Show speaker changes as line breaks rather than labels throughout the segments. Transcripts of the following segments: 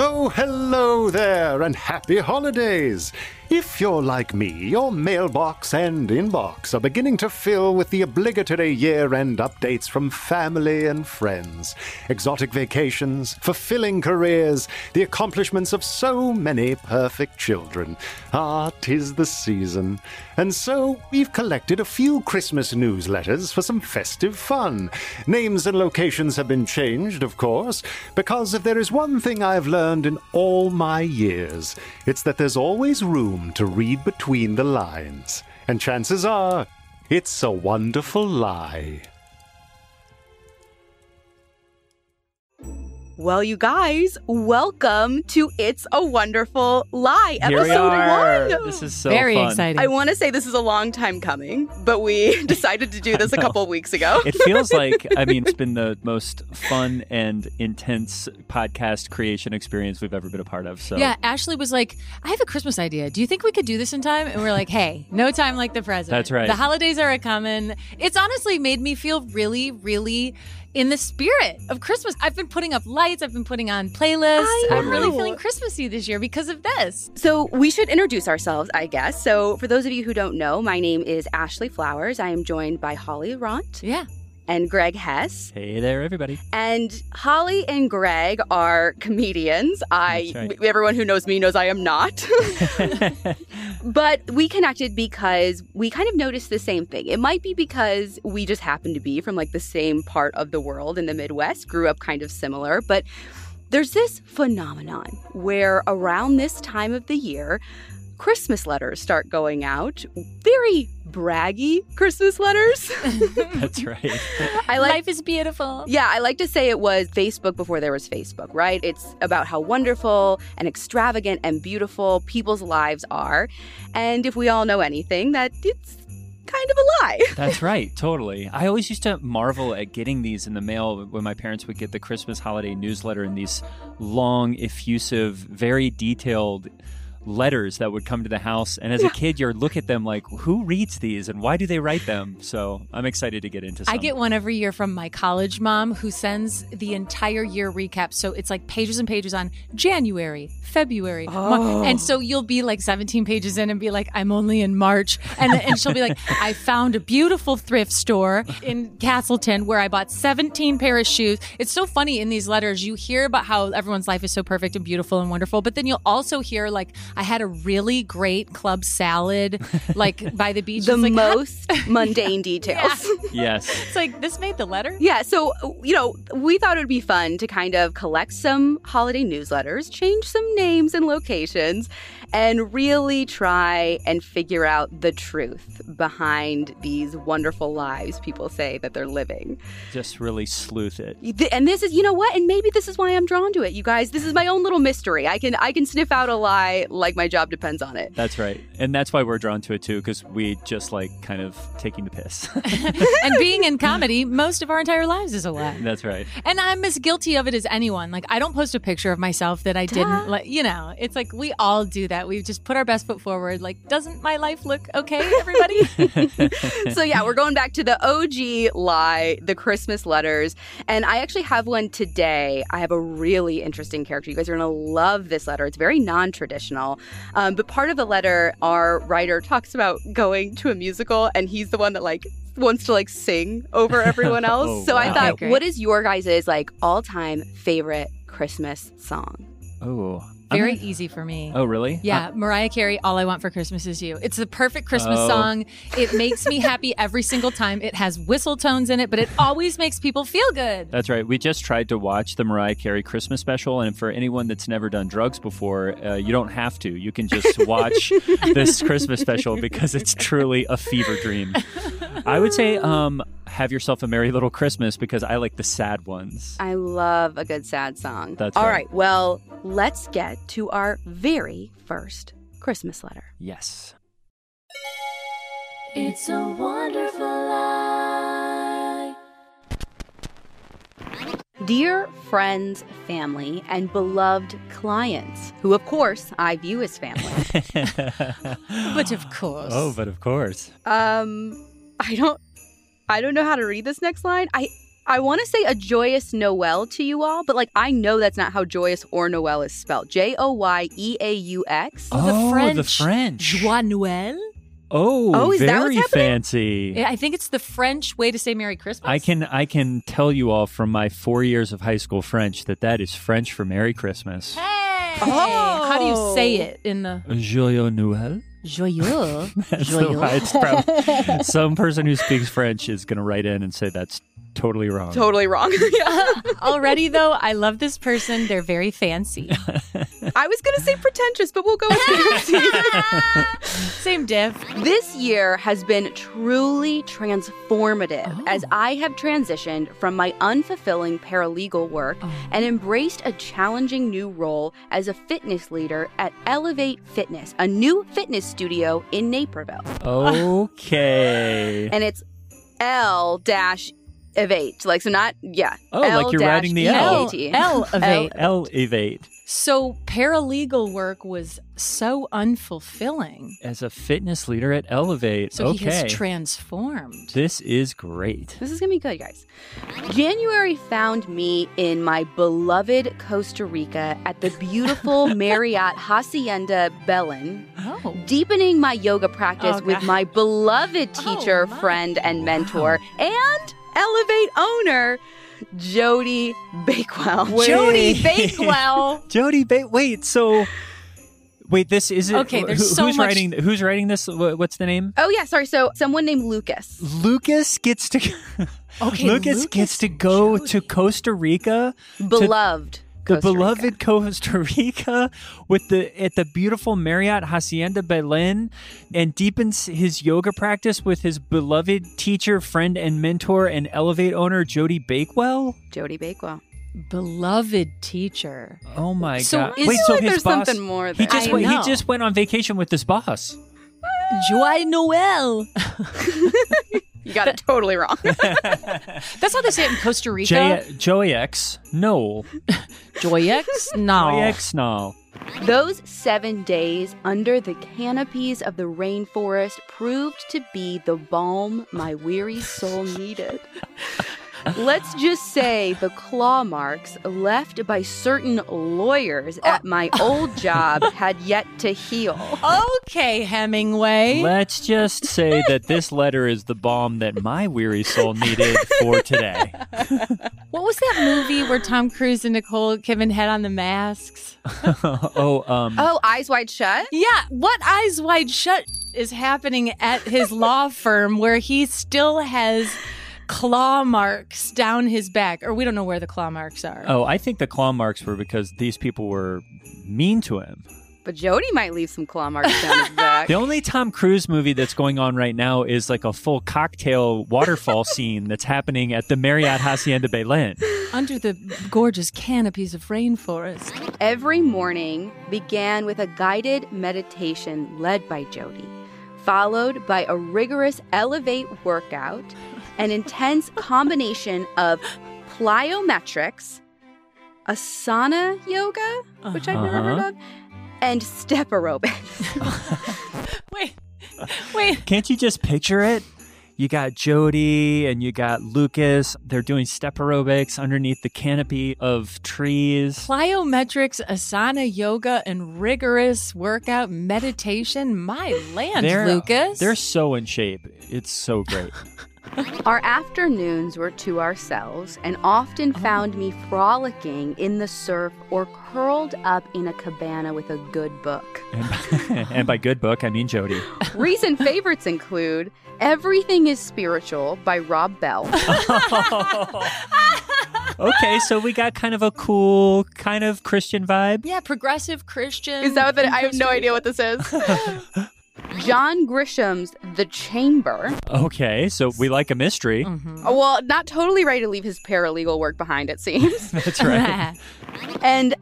Oh, hello there, and happy holidays! If you're like me, your mailbox and inbox are beginning to fill with the obligatory year end updates from family and friends. Exotic vacations, fulfilling careers, the accomplishments of so many perfect children. Ah, 'tis the season. And so, we've collected a few Christmas newsletters for some festive fun. Names and locations have been changed, of course, because if there is one thing I've learned in all my years, it's that there's always room to read between the lines. And chances are, it's a wonderful lie.
Well, you guys, welcome to It's a Wonderful Lie,
Here we
episode
are.
one.
This is so
Very
fun.
exciting.
I want to say this is a long time coming, but we decided to do this a
know.
couple weeks ago.
It feels like I mean it's been the most fun and intense podcast creation experience we've ever been a part of. So
yeah, Ashley was like, I have a Christmas idea. Do you think we could do this in time? And we're like, hey, no time like the present.
That's right.
The holidays are a coming. It's honestly made me feel really, really in the spirit of Christmas. I've been putting up lights, I've been putting on playlists.
I
I'm really
know.
feeling Christmassy this year because of this.
So, we should introduce ourselves, I guess. So, for those of you who don't know, my name is Ashley Flowers. I am joined by Holly Ront
Yeah.
and Greg Hess.
hey there, everybody.
And Holly and Greg are comedians. I
That's right.
everyone who knows me knows I am not. But we connected because we kind of noticed the same thing. It might be because we just happen to be from like the same part of the world in the Midwest, grew up kind of similar, but there's this phenomenon where around this time of the year, Christmas letters start going out. Very braggy Christmas letters.
That's right.
I like
Life is beautiful.
yeah, I like to say it was Facebook before there was Facebook, right? It's about how wonderful and extravagant and beautiful people's lives are. And if we all know anything, that it's kind of a lie.
That's right. Totally. I always used to marvel at getting these in the mail when my parents would get the Christmas holiday newsletter and these long, effusive, very detailed letters that would come to the house. And as a kid, you look at them like, who reads these and why do they write them? So I'm excited to get into. Some.
I get one every year from my college mom who sends the entire year recap. So it's like pages and pages on January, February. Mar-
Oh.
And so you'll be like 17 pages in and be like, I'm only in March. And, and she'll be like, I found a beautiful thrift store in Castleton where I bought 17 pair of shoes. It's so funny in these letters, you hear about how everyone's life is so perfect and beautiful and wonderful, but then you'll also hear like, I had a really great club salad, like by the beach.
The
It's like, how-
most mundane details. Yeah.
Yes.
It's like, this made the letter?
so, you know, we thought it would be fun to kind of collect some holiday newsletters, change some names and locations, and really try and figure out the truth behind these wonderful lives people say that they're living.
Just really sleuth it.
Th- and this is you know what and maybe this is why i'm drawn to it you guys this is my own little mystery i can i can sniff out a lie like my job depends on it
That's right. And that's why we're drawn to it too, because we just like kind of taking the piss.
and being in comedy most of our entire lives is a lie.
that's right.
And I'm as guilty of it as anyone. Like I don't post a picture of myself that I didn't like you know, it's like we all do that. We just put our best foot forward. Like, doesn't my life look okay, everybody?
so yeah we're going back to the og lie the christmas letters and i actually have one today i have a really interesting character you guys are going to love this letter it's very non-traditional um, but part of the letter our writer talks about going to a musical and he's the one that like wants to like sing over everyone else
Oh,
so i
wow.
thought
Okay, great.
what is your guys' like all-time favorite christmas song
Oh, I'm
Very
gonna-
easy for me.
Oh, really?
Yeah, Mariah Carey, All I Want for Christmas Is You. It's the perfect Christmas
Oh.
song. It makes me happy every single time. It has whistle tones in it, but it always makes people feel good.
That's right. We just tried to watch the Mariah Carey Christmas special, and for anyone that's never done drugs before, uh, you don't have to. You can just watch this Christmas special because it's truly a fever dream. I would say, um, have yourself a merry little Christmas because I like the sad ones.
I love a good sad song.
That's
All
right.
right. Well, let's get to our very first Christmas letter.
Yes.
It's a wonderful life.
Dear friends, family, and beloved clients, who of course I view as family.
But of course.
Oh, but of course.
Um, I don't, I don't know how to read this next line. I, I want to say a joyous Noel to you all, but like I know that's not how joyous or Noel is spelled. J O Y E A U X.
Oh.
Oh, the French.
The French.
Joie Noël?
Oh,
Oh, is
very
that what's happening?
fancy.
Yeah, I think it's the French way to say Merry Christmas.
I can I can tell you all from my four years of high school French that that is French for Merry Christmas.
Hey! How do you say it in the
Joyeux Noël.
Oh. joyeux?
That's the widespread. Some person who speaks French is going to write in and say that's totally wrong.
Totally wrong. yeah.
Already though, I love this person. They're very fancy.
I was gonna say pretentious, but we'll go with fancy.
Same diff.
This year has been truly transformative
Oh.
as I have transitioned from my unfulfilling paralegal work
Oh.
and embraced a challenging new role as a fitness leader at Elevate Fitness, a new fitness studio in Naperville.
Okay.
And it's L dash evate. Like, so not, yeah. E
Oh, like you're riding the L.
L-E-A-T-E.
L elevate.
Elevate.
So paralegal work was so unfulfilling.
As a fitness leader at Elevate.
So he
okay.
has transformed.
this is great.
This is gonna be good, guys. January found me in my beloved Costa Rica at the beautiful Marriott Hacienda Belen,
Oh.
deepening my yoga practice
Oh,
with
God.
my beloved
Oh,
teacher,
my.
friend, and mentor, and Elevate owner, Jody Bakewell. Jody Bakewell.
Jody, ba- wait. So, wait. This is it.
Okay, there's so
who's
much-
writing? Who's writing this? Wh- What's the name?
oh yeah, sorry. So someone named Lucas.
Lucas gets to.
Okay,
Lucas,
Lucas
gets to
and
go to
Jody.
Costa Rica. to-
Beloved.
the
Costa Rica.
beloved Costa Rica with the at the beautiful Marriott Hacienda Belen and deepens his yoga practice with his beloved teacher, friend, and mentor and Elevate owner Jody Bakewell.
Jody Bakewell.
Beloved teacher.
Oh my
So
god!
is-
Wait,
I
so
feel like
his
there's
boss,
something more
He
there.
just
I
went, he
know.
just went on vacation with his boss.
Joy Noel.
You got it totally wrong.
That's how they say it in Costa Rica.
J- Joey X Noel.
Joyex? No.
Joey X Noel.
Those seven days under the canopies of the rainforest proved to be the balm my weary soul needed. Let's just say the claw marks left by certain lawyers at my old job had yet to heal.
Okay, Hemingway.
Let's just say that this letter is the bomb that my weary soul needed for today.
what was that movie where Tom Cruise and Nicole Kidman had on the masks?
oh, um,
Oh, eyes wide shut?
Yeah, what eyes wide shut is happening at his law firm where he still has claw marks down his back, or we don't know where the claw marks are.
Oh, I think the claw marks were because these people were mean to him.
But Jody might leave some claw marks down his back.
The only Tom Cruise movie that's going on right now is like a full cocktail waterfall scene that's happening at the Marriott Hacienda Belen.
Under the gorgeous canopies of rainforest.
Every morning began with a guided meditation led by Jody, followed by a rigorous elevate workout, an intense combination of plyometrics, asana yoga, which I've never
Uh-huh.
heard of, and step aerobics.
Wait, wait.
Can't you just picture it? You got Jody and you got Lucas. They're doing step aerobics underneath the canopy of trees.
Plyometrics, asana yoga, and rigorous workout meditation. My land,
They're,
Lucas.
They're so in shape. It's so great.
Our afternoons were to ourselves and often found me frolicking in the surf or curled up in a cabana with a good book.
and by good book, I mean Jody.
Recent favorites include Everything is Spiritual by Rob Bell.
Okay, so we got kind of a cool, kind of Christian vibe.
Yeah, progressive Christian.
Is that what the,
in
I have no
Costa
idea
Rica.
what this is. John Grisham's The Chamber. Oh,
Okay, so we like a mystery.
Mm-hmm.
Well, not totally ready to leave his paralegal work behind, it seems.
That's right.
and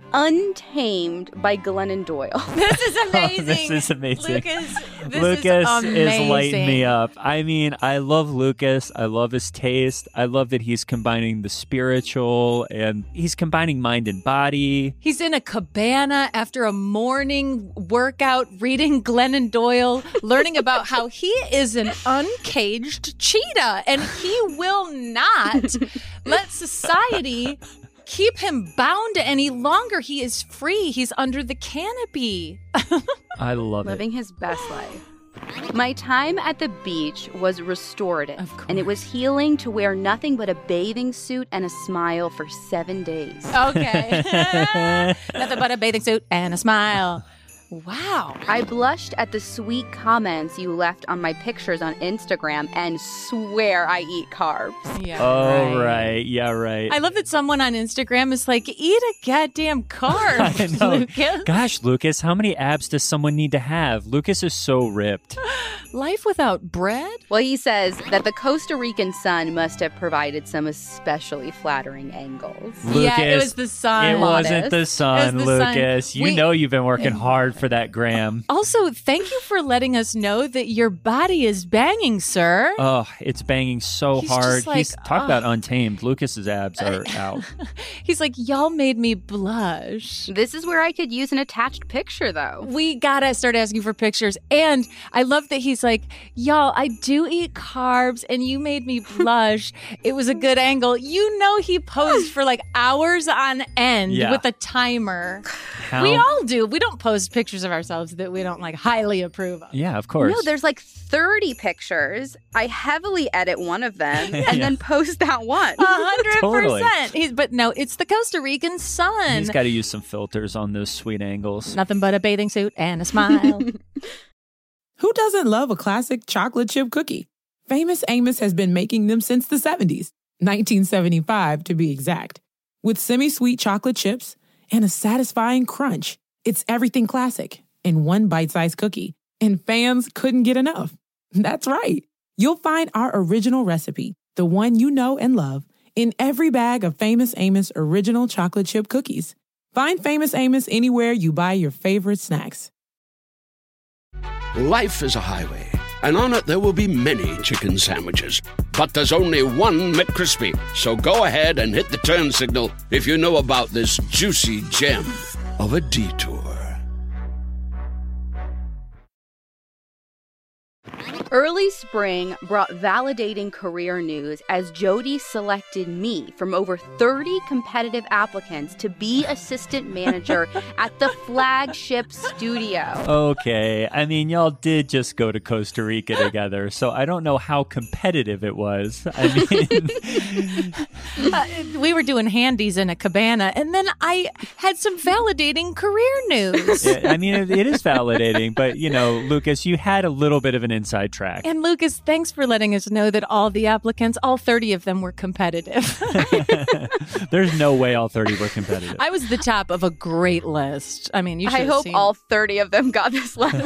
Untamed by Glennon Doyle.
this is
Oh,
amazing.
this is amazing.
Lucas, this
Lucas
is, amazing.
lighting me up. I mean, I love Lucas. I love his taste. I love that he's combining the spiritual and he's combining mind and body.
He's in a cabana after a morning workout, reading Glennon Doyle, learning about how he is an uncaged cheetah and he will not let society keep him bound any longer. He is free. He's under the canopy.
I love
Living his best life. My time at the beach was restorative,
Of
and it was healing to wear nothing but a bathing suit and a smile for seven days.
Okay. Nothing but a bathing suit and a smile. Wow.
I blushed at the sweet comments you left on my pictures on Instagram and swear I eat carbs.
it.
Yeah.
Oh, right. Yeah, right.
I love that someone on Instagram is like, eat a goddamn
I
carb,
know.
Lucas.
Gosh, Lucas, how many abs does someone need to have? Lucas is so ripped.
Life without bread?
Well, he says that the Costa Rican sun must have provided some especially flattering angles.
Yeah, it
Lucas,
was the sun.
It wasn't the
Modest.
sun,
It was the sun.
Lucas. You
We-
know you've been working hard for that gram.
Also, thank you for letting us know that your body is banging, sir.
Oh, it's banging so
He's just
hard.
like,
He's talk
oh.
about untamed. Lucas's abs are out.
He's like, y'all made me blush.
This is where I could use an attached picture, though.
We gotta start asking for pictures. And I love that he's like, y'all, I do eat carbs and you made me blush. it was a good angle. You know, he posed for like hours on end
Yeah.
with a timer.
How-
We all do. We don't post pictures of ourselves that we don't like highly approve of.
Yeah, of course.
No, there's like 30 pictures. I heavily edit one of them and then post that one.
A hundred
Totally.
percent. He's- But no, it's the Costa Rican sun.
He's got to use some filters on those sweet angles.
Nothing but a bathing suit and a smile.
Who doesn't love a classic chocolate chip cookie? Famous Amos has been making them since the 70s, 1975 to be exact, with semi sweet chocolate chips and a satisfying crunch. It's everything classic in one bite sized cookie, and fans couldn't get enough. That's right. You'll find our original recipe, the one you know and love, in every bag of Famous Amos original chocolate chip cookies. Find Famous Amos anywhere you buy your favorite snacks.
Life is a highway, and on it there will be many chicken sandwiches. But there's only one McCrispy. So go ahead and hit the turn signal if you know about this juicy gem of a detour.
Early spring brought validating career news as Jody selected me from over 30 competitive applicants to be assistant manager at the flagship
Oh,
studio.
Okay, I mean, y'all did just go to Costa Rica together, so I don't know how competitive it was. I mean,
Uh, we were doing handies in a cabana, and then I had some validating career news.
yeah, I mean, it, it is validating, but you know, Lucas, you had a little bit of an inside track.
And Lucas, thanks for letting us know that all the applicants, all 30 of them were competitive.
There's no way all 30 were competitive.
I was the top of a great list. I mean, you should
I hope all 30 of them got this letter.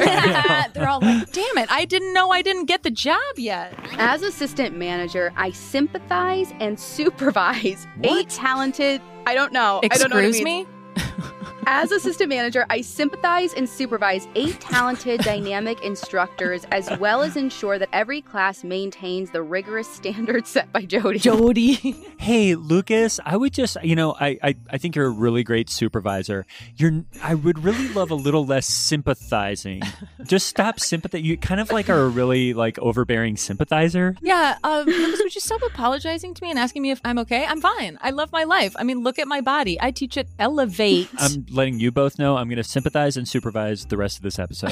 They're all like, damn it, I didn't know I didn't get the job yet.
As assistant manager, I sympathize and supervise eight talented. I don't know. I don't know what it
Excuse
means.
me?
As assistant manager, I sympathize and supervise eight talented, dynamic instructors, as well as ensure that every class maintains the rigorous standards set by Jody.
Jody.
hey lucas i would just you know I, I i think you're a really great supervisor you're i would really love a little less sympathizing just stop sympathy you kind of like are a really like overbearing sympathizer
Yeah, um, Lucas, would you stop apologizing to me and asking me if I'm okay? I'm fine. I love my life. I mean, look at my body. I teach it elevate.
i'm letting you both know i'm going to sympathize and supervise the rest of this episode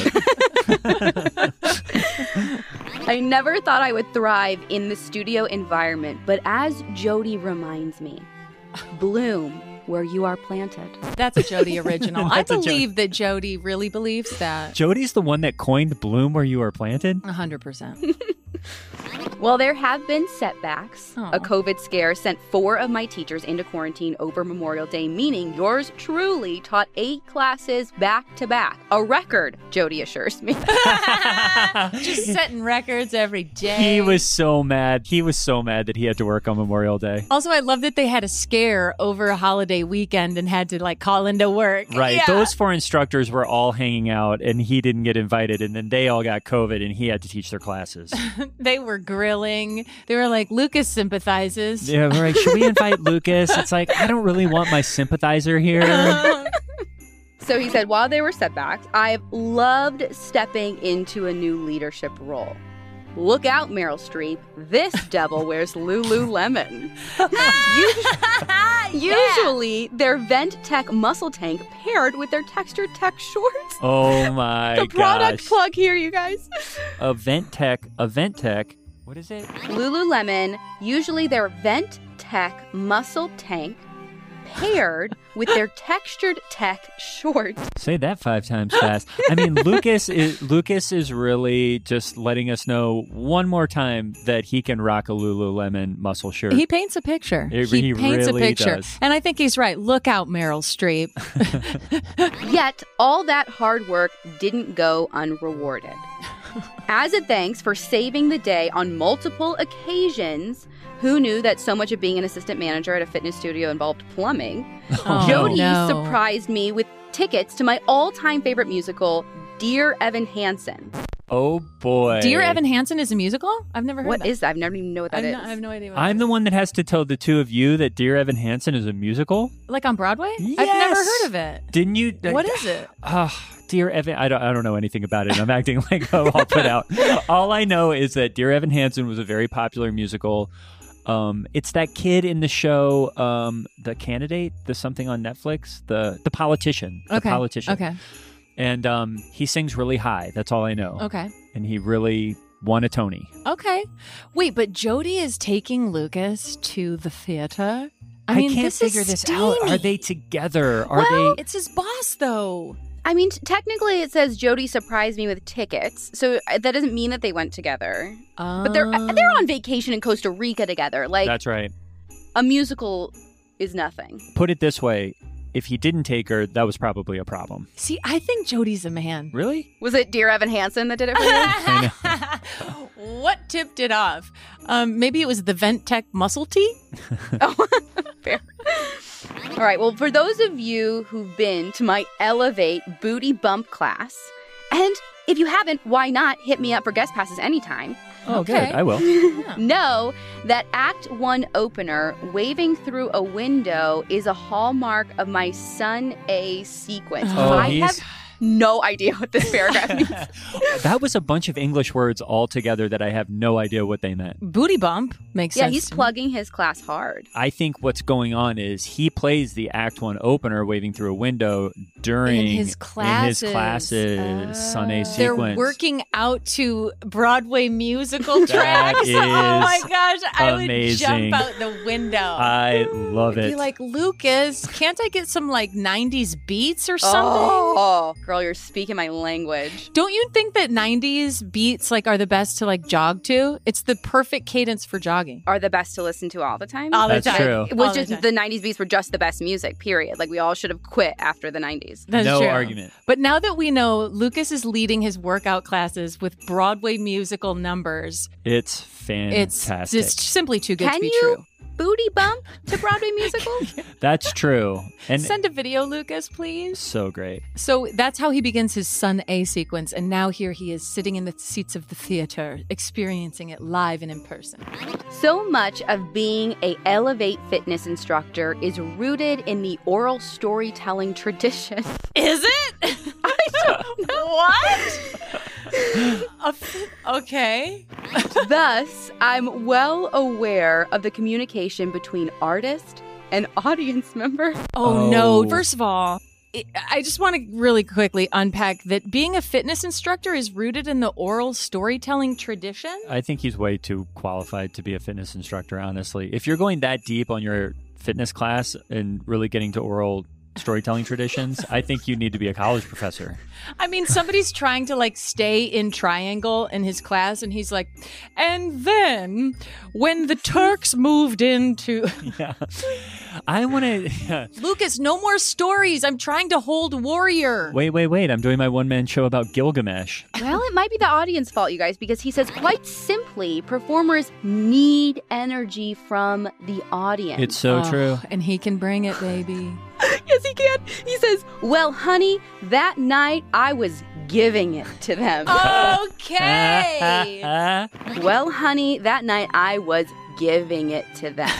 I never thought I would thrive in the studio environment, but as Jody reminds me, bloom where you are planted.
That's a Jody original. I
That's a Jody.
believe that Jody really believes that.
Jody's the one that coined bloom where you are planted.
100%.
Well, there have been setbacks.
Aw.
A COVID scare sent four of my teachers into quarantine over Memorial Day, meaning yours truly taught eight classes back to back. A record, Jody assures me.
Ah, Just setting records every day.
He was so mad. He was so mad that he had to work on Memorial Day.
Also, I love that they had a scare over a holiday weekend and had to like call into work.
Right.
Yeah.
Those four instructors were all hanging out and he didn't get invited and then they all got COVID and he had to teach their classes.
They were grilling. They were like, Lucas sympathizes.
yeah, we're like, should we invite Lucas? It's like, I don't really want my sympathizer here.
So he said, while there were setbacks, I've loved stepping into a new leadership role. Look out, Meryl Streep. This devil wears Lululemon. Usu- Usually, their Vent Tech muscle tank paired with their textured tech shorts.
Oh my
the product
gosh.
plug here, you guys.
Event Tech, Event Tech. What is it?
Lululemon, usually their Vent Tech muscle tank paired with their textured tech shorts.
Say that five times fast. I mean, Lucas is Lucas is really just letting us know one more time that he can rock a Lululemon muscle shirt.
He paints a picture.
He- he
paints
really
a picture.
does.
And I think he's right. Look out, Meryl Streep.
Yet, all that hard work didn't go unrewarded. As a thanks for saving the day on multiple occasions, who knew that so much of being an assistant manager at a fitness studio involved plumbing?
Oh,
Jody
no.
surprised me with tickets to my all time favorite musical, Dear Evan Hansen.
oh boy.
Dear Evan Hansen is a musical? I've never heard
What
that.
is that? I've never even know what that
I'm
is.
not- I have no idea. What
I'm
that
the one that has to tell the two of you that Dear Evan Hansen is a musical.
is. like on Broadway. I've never
Yes!
heard of it.
Didn't you?
What is it?
Ah, Dear Evan, I don't, I don't know anything about it. I'm acting like I'm all put out. All I know is that Dear Evan Hansen was a very popular musical. Um, it's that kid in the show, um, the candidate, the something on Netflix, the the politician, the
okay.
politician,
Okay.
and um, he sings really high. That's all I know.
Okay.
And he really won a Tony.
Okay. Wait, but Jody is taking Lucas to the theater. I, mean,
can't
this
figure
is
this out. Are
steamy.
they together? Are
well,
they?
it's his boss, though.
I mean, t- technically it says Jody surprised me with tickets, so uh, that doesn't mean that they went together. But they're
Ah.
they're on vacation in Costa Rica together. Like
That's right.
a musical is nothing.
Put it this way: if he didn't take her, that was probably a problem.
See, I think Jody's a man.
Really?
Was it Dear Evan Hansen that did it for you?
what tipped it off? Um, maybe it was the Vent Tech muscle tee.
oh, fair. All right. Well, for those of you who've been to my Elevate Booty Bump class, and if you haven't, why not hit me up for guest passes anytime?
Oh,
Okay.
good. I will.
Know that Act One opener, waving through a window, is a hallmark of my Sun A sequence.
Oh,
I
he's-
have no idea what this paragraph means.
That was a bunch of English words all together that I have no idea what they meant.
Booty bump makes
yeah,
sense.
he's
to me.
plugging his class hard.
I think what's going on is he plays the Act One opener waving through a window during
In his classes. Oh.
in his classes Sunday
They're
sequence.
working out to Broadway musical
That
tracks.
is
oh my gosh, I would
amazing.
jump out the window.
I love
I'd
it.
Be like, Lucas, can't I get some like 90s beats or something?
Oh, girl, you're speaking my language.
Don't you think that 90s beats like are the best to like jog to? It's the perfect cadence for jogging.
Are the best to listen to all the time.
All
That's
the time.
true.
It was
All
just
the
the,
time.
90s beats were just the best music, period. Like we all should have quit after the 90s.
That's
no
true.
argument.
But now that we know Lucas is leading his workout classes with Broadway musical numbers,
It's fantastic.
it's just simply too good
Can
to be
you
true.
Booty bump to Broadway musical?
That's true. And
Send a video, Lucas, please.
so great.
So that's how he begins his Sun A sequence, and now here he is sitting in the seats of the theater, experiencing it live and in person.
so much of being a Elevate Fitness instructor is rooted in the oral storytelling tradition.
Is it? I don't know. what? okay.
Thus, I'm well aware of the communication between artist and audience member.
Oh,
Oh.
no. First of all, it- I just want to really quickly unpack that being a fitness instructor is rooted in the oral storytelling tradition.
I think he's way too qualified to be a fitness instructor, honestly. If you're going that deep on your fitness class and really getting to oral storytelling traditions, I think you need to be a college professor.
I mean, somebody's trying to like stay in triangle in his class, and he's like, and then when the Turks moved into
Yeah. I want to. Yeah.
Lucas, no more stories. I'm trying to hold warrior.
Wait, wait, wait. I'm doing my one man show about Gilgamesh.
Well, it might be the audience fault, you guys, because he says quite simply, performers need energy from the audience.
It's so
Oh,
true.
And he can bring it, baby.
yes, he can. He says, "Well, honey, that night I was giving it to them."
Oh. okay.
Well, honey, that night I was giving it to them.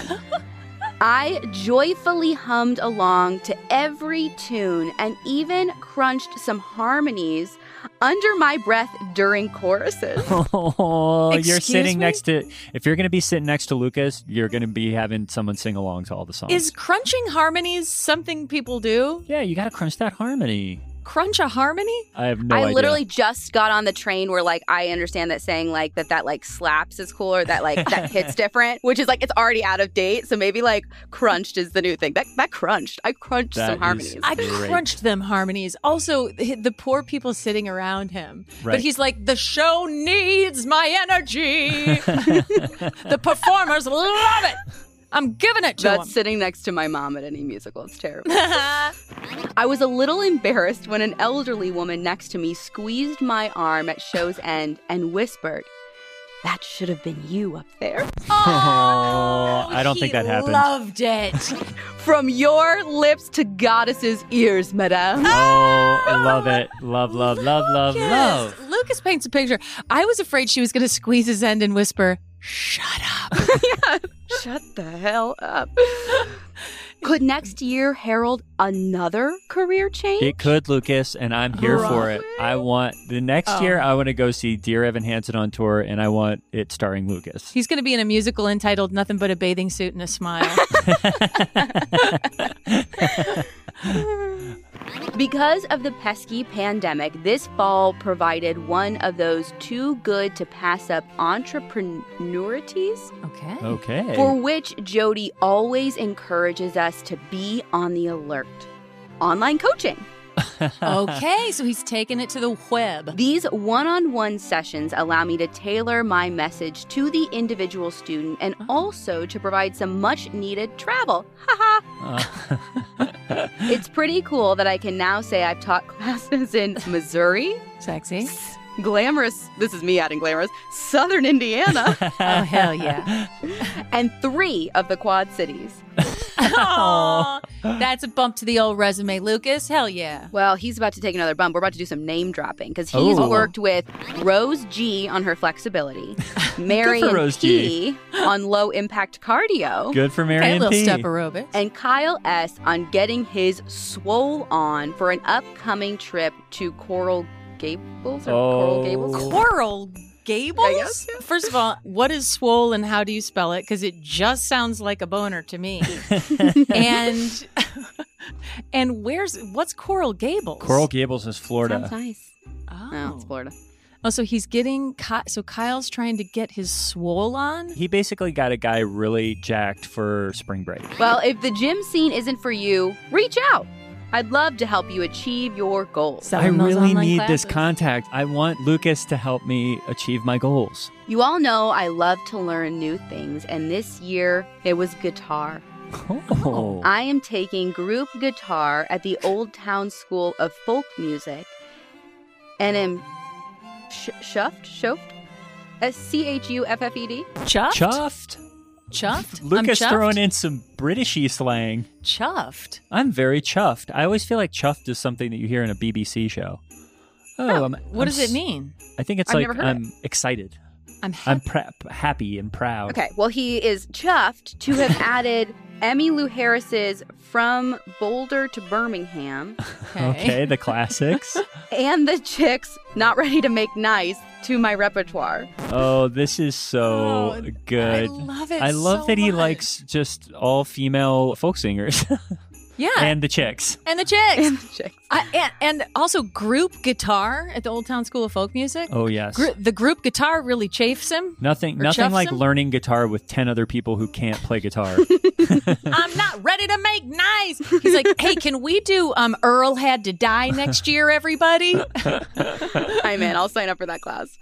I joyfully hummed along to every tune and even crunched some harmonies under my breath during choruses.
Oh, you're
Excuse
sitting
me?
next to. If you're going to be sitting next to Lucas, you're going to be having someone sing along to all the songs.
Is crunching harmonies something people do?
yeah, you got to crunch that harmony.
Crunch a harmony?
I have no
I
idea.
literally just got on the train where like I understand that saying like that that like slaps is cool or that like that hits different, which is like it's already out of date. So maybe like crunched is the new thing. That that crunched. I crunched
That
some
is-
harmonies.
I
Great.
crunched them harmonies. Also, the the poor people sitting around him.
Right.
But he's like, the show needs my energy. the performers love it. I'm giving it to
That's
them.
sitting next to my mom at any musical. It's terrible. I was a little embarrassed when an elderly woman next to me squeezed my arm at show's end and whispered, That should have been you up there.
Oh, I don't think
He
that happened.
Loved it.
From your lips to goddess's ears, madame.
Oh, love it. Love, love, love, love, love.
Lucas paints a picture. I was afraid she was going to squeeze his end and whisper, "Shut up."
Shut the hell up. Could next year herald another career change?
It could, Lucas, and I'm here for it. I want the next year.
Oh.
I want to go see Dear Evan Hansen on tour, and I want it starring Lucas.
He's going to be in a musical entitled "Nothing But a Bathing Suit and a Smile."
Because of the pesky pandemic, this fall provided one of those too good to pass up entrepreneurities
okay.
Okay.
for which Jody always encourages us to be on the alert. Online coaching.
Okay, so he's taking it to the web.
These one on one sessions allow me to tailor my message to the individual student and also to provide some much needed travel. Haha. It's pretty cool that I can now say I've taught classes in Missouri,
Sexy.
glamorous, this is me adding glamorous, southern Indiana,
Oh hell yeah.
and three of the Quad Cities.
Aw, that's a bump to the old resume, Lucas. Hell yeah.
Well, he's about to take another bump. We're about to do some name dropping because he's
Ooh.
worked with Rose G on her flexibility, Mary
Good for
and
Rose
P on low impact cardio,
Good for Mary
Okay,
and
little
P.
step aerobics.
and Kyle S on getting his swole on for an upcoming trip to Coral Gables or
Oh.
Coral Gables.
Coral
I
Gables?
guess.
First of all, what is swole and how do you spell it? Because it just sounds like a boner to me. and and where's what's Coral Gables?
Coral Gables is
Sounds
Florida.
nice.
Oh,
No, it's Florida.
Oh, so he's getting Ky- so Kyle's trying to get his swole on.
He basically got a guy really jacked for spring break.
Well, if the gym scene isn't for you, reach out. I'd love to help you achieve your goals.
Selling
I
those
really
online
need
classes.
this contact. I want Lucas to help me achieve my goals.
You all know I love to learn new things, and this year it was guitar.
Oh.
I am taking group guitar at the Old Town School of Folk Music and am sh- shuffed, shuffed? S C H U F F E D?
Chuffed?
Chuffed.
Chuffed? I'm
Lucas
chuffed?
throwing in some Britishy slang.
Chuffed.
I'm very chuffed. I always feel like chuffed is something that you hear in a BBC show. Oh, I'm,
What
I'm
does it
s-
mean?
I think it's
I've
like
never heard
I'm excited.
I'm
I'm
happy.
pra- happy and proud.
Okay, well, he is chuffed to have added Emmy Lou Harris's From Boulder to Birmingham
Okay, the classics.
and the Chicks Not Ready to Make Nice to my repertoire.
oh, this is so
Oh,
good.
I love it
I love
so
that he
much.
likes just all female folk singers.
Yeah.
and the chicks.
and the chicks.
Chicks.
I, and, and also group guitar at the Old Town School of Folk Music.
Oh yes.
Gru- the group guitar really chafes him.
Nothing,
Or
nothing
chuffs
like
him?
learning guitar with ten other people who can't play guitar.
I'm not ready to make nice. He's like, hey, can we do um, Earl Had to Die next year, everybody?
I'm in. I'll sign up for that class.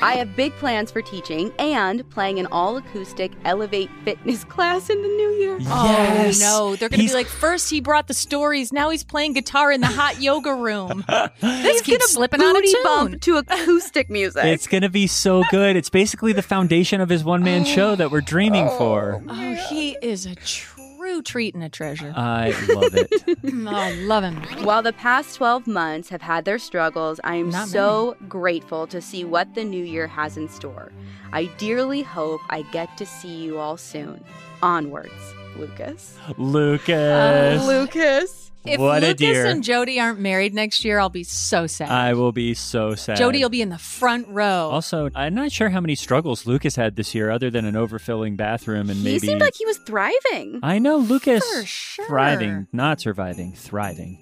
I have big plans for teaching and playing an all acoustic Elevate Fitness class in the new year.
yes.
Oh, no. They're going to
He's-
be like, first he brought the stories. Now he's playing guitar in the hot yoga room. this
He's gonna
kid's slipping out of
booty
tune.
bump to acoustic music.
It's gonna be so good. It's basically the foundation of his one man show that we're dreaming for.
Oh, he is a true treat and a treasure.
I love it.
oh, I love him.
While the past 12 months have had their struggles, I am
Not
so grateful to see what the new year has in store. I dearly hope I get to see you all soon. Onwards, Lucas.
Lucas.
Lucas.
Uh, If
What a
Lucas
dear.
and Jody aren't married next year, I'll be so sad.
I will be so sad.
Jody will be in the front row.
Also, I'm not sure how many struggles Lucas had this year other than an overfilling bathroom and
He
maybe
seemed like he was thriving.
I know Lucas
For sure.
thriving, not surviving, thriving.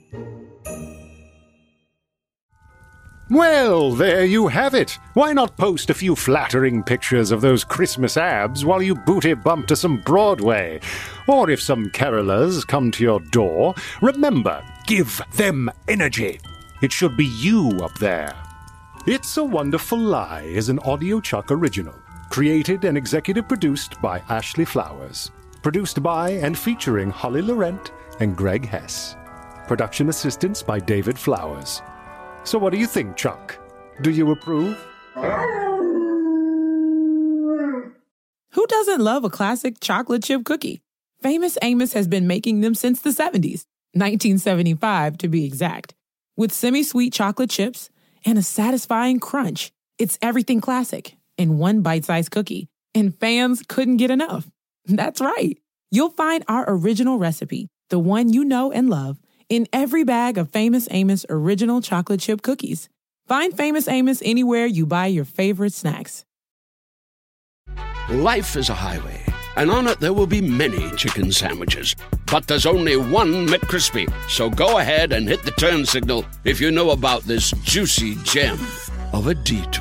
Well, there you have it. Why not post a few flattering pictures of those Christmas abs while you booty bump to some Broadway? Or if some carolers come to your door, remember, give them energy. It should be you up there. It's a Wonderful Lie is an Audio Chuck original, created and executive produced by Ashley Flowers, produced by and featuring Holly Laurent and Greg Hess. Production assistance by David Flowers. So, what do you think, Chuck? Do you approve?
Who doesn't love a classic chocolate chip cookie? Famous Amos has been making them since the 70s, 1975 to be exact, with semi sweet chocolate chips and a satisfying crunch. It's everything classic in one bite sized cookie, and fans couldn't get enough. That's right. You'll find our original recipe, the one you know and love, in every bag of Famous Amos original chocolate chip cookies. Find Famous Amos anywhere you buy your favorite snacks.
Life is a highway, and on it there will be many chicken sandwiches. But there's only one McCrispy. So go ahead and hit the turn signal if you know about this juicy gem of a detour.